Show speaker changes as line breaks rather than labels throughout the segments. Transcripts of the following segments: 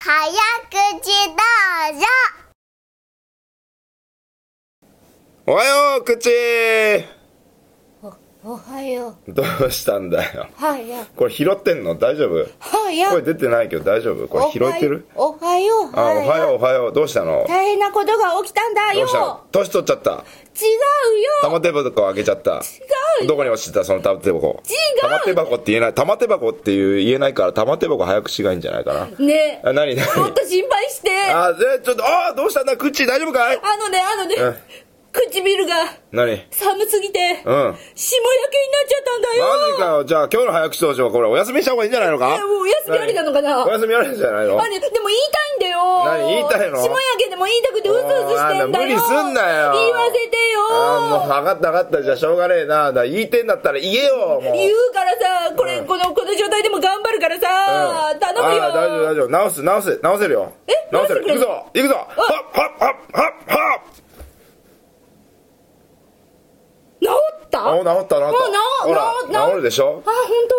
早口道場
おはよう、口
おはよう。
どうしたんだよ。
はや。
これ拾ってんの大丈夫
はや。
声出てないけど大丈夫これ拾えてる
おはよう。
あ、おはよう、お
う。
はよう。どうしたの
大変なことが起きたんだ
どうした
よ
の。年取っちゃった。
違うよ。
玉手箱開けちゃった。
違う
どこに落ちてたその玉手箱。
違う
玉手箱って言えない。玉手箱っていう言えないから玉手箱早口がいいんじゃないかな。
ねえ。
あ、なになに
もっと心配して。あ
あ、え、ちょっと、あ、どうしたんだ口大丈夫かい
のね、あのね
うん。
唇が
なに
寒すぎて。
うん。マ
霜焼けになっちゃったんだよ。
ジかよ。じゃあ今日の早口道場はこれお休みした方がいいんじゃないのか
えもうお休みありなのかな
お休みありなんじゃないの
あれ、でも言いたいんだよ。
何言いたいの
霜焼けでも言いたくてうずうずしてんだよ。
おいあんた無理すんなよ
言わせてよ。
あーもう分かった分かったじゃあしょうがねえなだから言いてんだったら言えよもう
言うからさ、これ、
うん
この、この状態でも頑張るからさ、
うん
頼むよ。
あー大丈夫大丈夫直す直す直せるよ
え
直せる
直して
行く
くれる
ぞ行くぞはっはっはっはっはっ
治った
あ治った治っ
もう
た
治
ほら
治治
治るでしょ
あ、本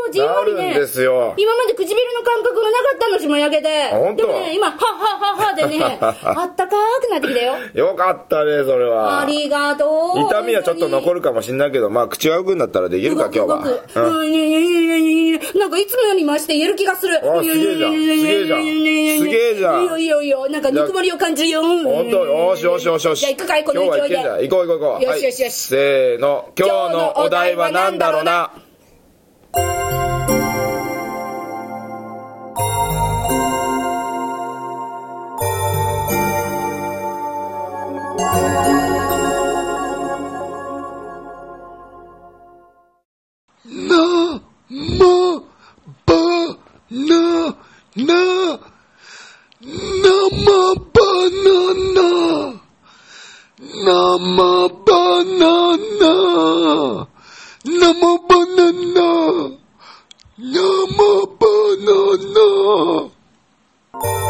当じんわりね。
治るんですよ
今まで唇の感覚がなかったの、霜焼けで。
本当
でもね、今、はっはっはっは でね、あったかーくなってきたよ。
よかったねそれは
ありがとう。
痛みはちょっと残
る
るかもしんないけどまあ口が動くんだったらできるか
動
今
く
日
動く。う
は
ん、いやいやいやいやいやなんかいつもより増して言える気がする。
あすげえじゃんすげえじゃんすげえじゃん
いいよいいよいいよ。なんかぬくもりを感じるよ。
うん本当よしよしよしよし
じゃあ行くかい、この
今日はい
勢い
け
で
んじゃ。ない行こう行こう行こう
よし
はい
よしよし
せーの今日のお題は何だろうな
な、ま、ば、な、な、生バナナ。生バナナ。生バナナ。生バナナ。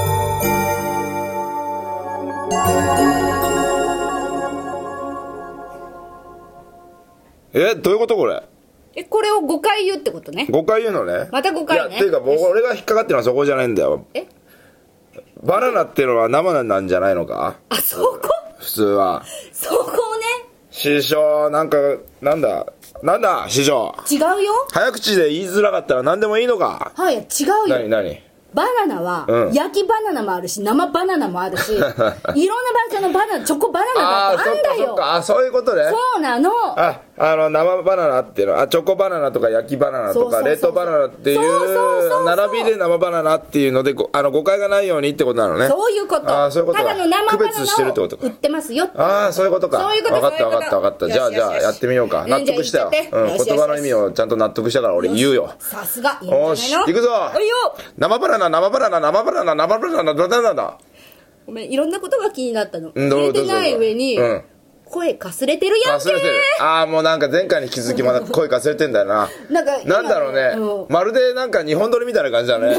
えどういうことこれ
え、これを5回言うってことね。
5回言うのね
また5
い
回
や
ね。
ていうか僕俺が引っかかってるのはそこじゃないんだよ
え
バナナっていうのは生なんじゃないのか
あ、そこ
普通は
そこ
師匠なんかなんだなんだ師匠
ね。違うよ。
早口で言いづらかったら何でもいいのか
はい、違う
何
よ。
何
バナナは、
うん
焼きバナナもあるし、生バナナも あるし、いろんなバージョンのバナナ、チョコバナナがあ
ああー
ってあ
そ
ん
っか
だ
そっ
よ。
かあそういうことね
そうなの。
ああの生バナナっていうのあチョコバナナとか焼きバナナと
そ
か
うそう
冷
そう
凍バナナってい
そうそうそう
う
そう
並びで生バナナっていうのでごあの誤解がないようにってことなのね
そういうこと。
あーそういうこと
た
か
だの
区
生バ
別してる
ナ
って
ナ
こと
を
か
売ってますよ。
ああそういうことか
そういうこと
分かった
そうい
分か
うこ
っ
と
た分かった
よ
じ
し
ゃあ
よし
じゃあ
よし
やってみようか
うんじゃあ
納得したよ、
言っちゃって
うん、
よしよし
言葉の意味をちゃんと納得したから俺言うよ
さすが、いいんじゃないの
よし行くぞ
おいよ
生バナナ生バナナ生バナナ生バナナバナナだ
ごめん、いろんなことが気になったの。
うんど
触
うぞ
れてない上に、
うん
声かすれてるやん
忘
け
れてるああもうなんか前回に引き続きまだ 声かすれてんだよな
なんか
なんだろうね
う
まるでなんか日本撮りみたいな感じだ ね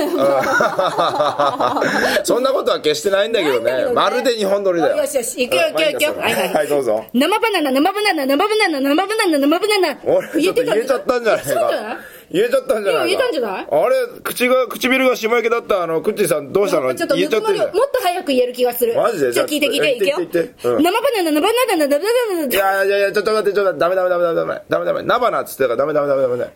うんそんなことは決してないんだけど
ないんだけ
ね
どね
まるで日本撮りだよ
よしよし、行くよ
う、ん
行くよ、行くよ。
マイカさんはいどうぞ
生バナナ、生バナナ、生バナナ、生バナナ、生バナナ。
俺ちょっと言えちゃったんじゃない
言えたんじゃ
か
な
言えちゃったんじゃない
いいや言えたんじゃない
あれ口が唇が下焼けだったあのくっちーさんどうしたの
ちょっと
言
ぬ
えちゃ
く
ってん
もり
じゃ
を
な
も
い
っと早く言える気がする。
マジで
ちょっと聞いて聞いて、
じゃあ
行く
言って言って言っ
よ。
て
生バナナ、生バナナ、生バナナ。
いやいやいや、ちょっと待って、ちょっと待って、ダメダメダメダメダメダメダメナバナっつってたからダメダメダメダメダメ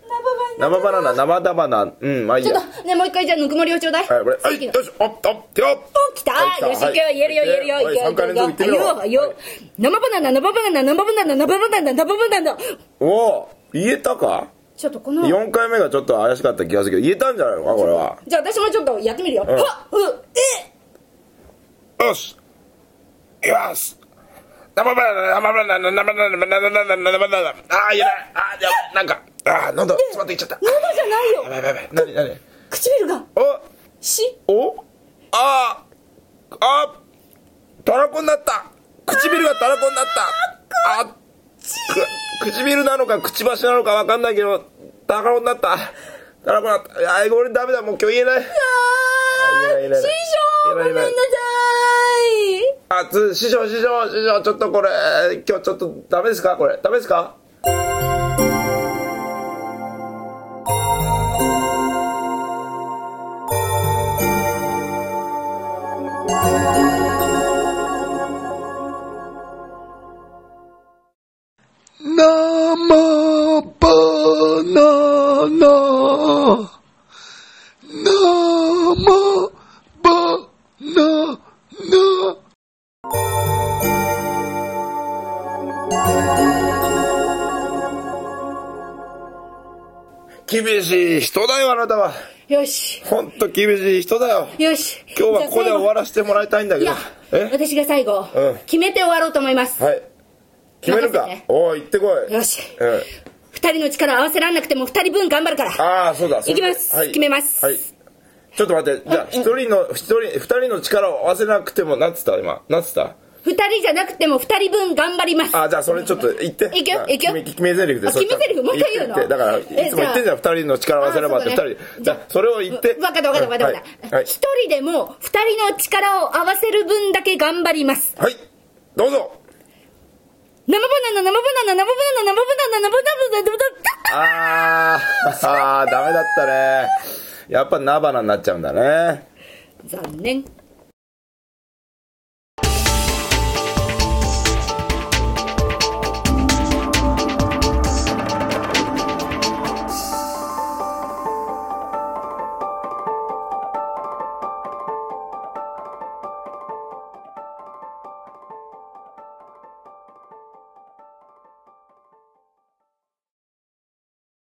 生バナナ、生ダバナ、うん、まあいい
ちょ
や。
っと、ね、もう一回じゃあぬくもりをちょうだい。
はい、これ、はい、よし、おっと、手を
お来たよし、行くよ、言えるよ、言えるよ、行くよ、
3回連続いってみ
行くよ、
よ
よ、生バナナ、生バナナ、生バナナ、生バナナ、生バナナ。
う。おお言えたか
ちょっとこの、じゃ
?4 回目がちょっと怪しかった気がするけど、言えたんじゃないのか、これは。
あ私もちょっとやってみるよ。
ん
はっ、う、え
よしよし生バナナ、生バナナ、生バナナ、生バナナ、生バナナ、ああ、言えないああ、やばい、なんか、ああ、喉、詰まってきちゃった。
喉じゃないよ
やばいやばいやばい、なになに
唇が、
お
し、
おあーあたらこになった唇がたらこになったあく唇なのかくちばしなのかわかんないけどたらこになったたらこになったいやー俺ダメだもう今日言えない
あ
いらないいらない
師匠ごめんなさい
あつ師匠師匠師匠ちょっとこれ今日ちょっとダメですかこれダメですか
あ
生バナナ生バナナ
厳しい人だよ、あなたは。
よし。
ほんと厳しい人だよ。
よし。
今日はここで終わ
ら
らせてもらいたいんだ
い
けど
や。、
え
私が最後、
うん
決めて終わろうと思います。
はい。決めるか
任せて。
おい、行ってこい。
よし。
うん。
二人の力を合わせらんなくても二人分頑張るから。
ああ、そうだ。
いきます決めます
はい。ちょっと待って、じゃあ、一人の、一人、二人の力を合わせなくても、なんつった今。なんつった
二人じゃなくても二人分頑張ります。
あ、じゃあ、それちょっと言って。
いくよ
あ
いくよ
君決め台詞で。
あ
それ
決め台詞もう一回言うの
ってだから、いつも
え
言ってんじゃん、二人の力を合わせればって、
あ
二
そうだね
人。じ
じ
ゃ
ゃ
あ
あ、
それを言って。
わかったわかったわかったわかっ
うんは
た。
い。
一人でも二人の力を合わせる分だけ頑張ります。
はい。どうぞ。
生バナナ生バナナ生バナナ生バナナ生バナナ生バナナ生バナナ
あー、あー、ダメだったね。やっぱ、ナバナになっちゃうんだね。
残念。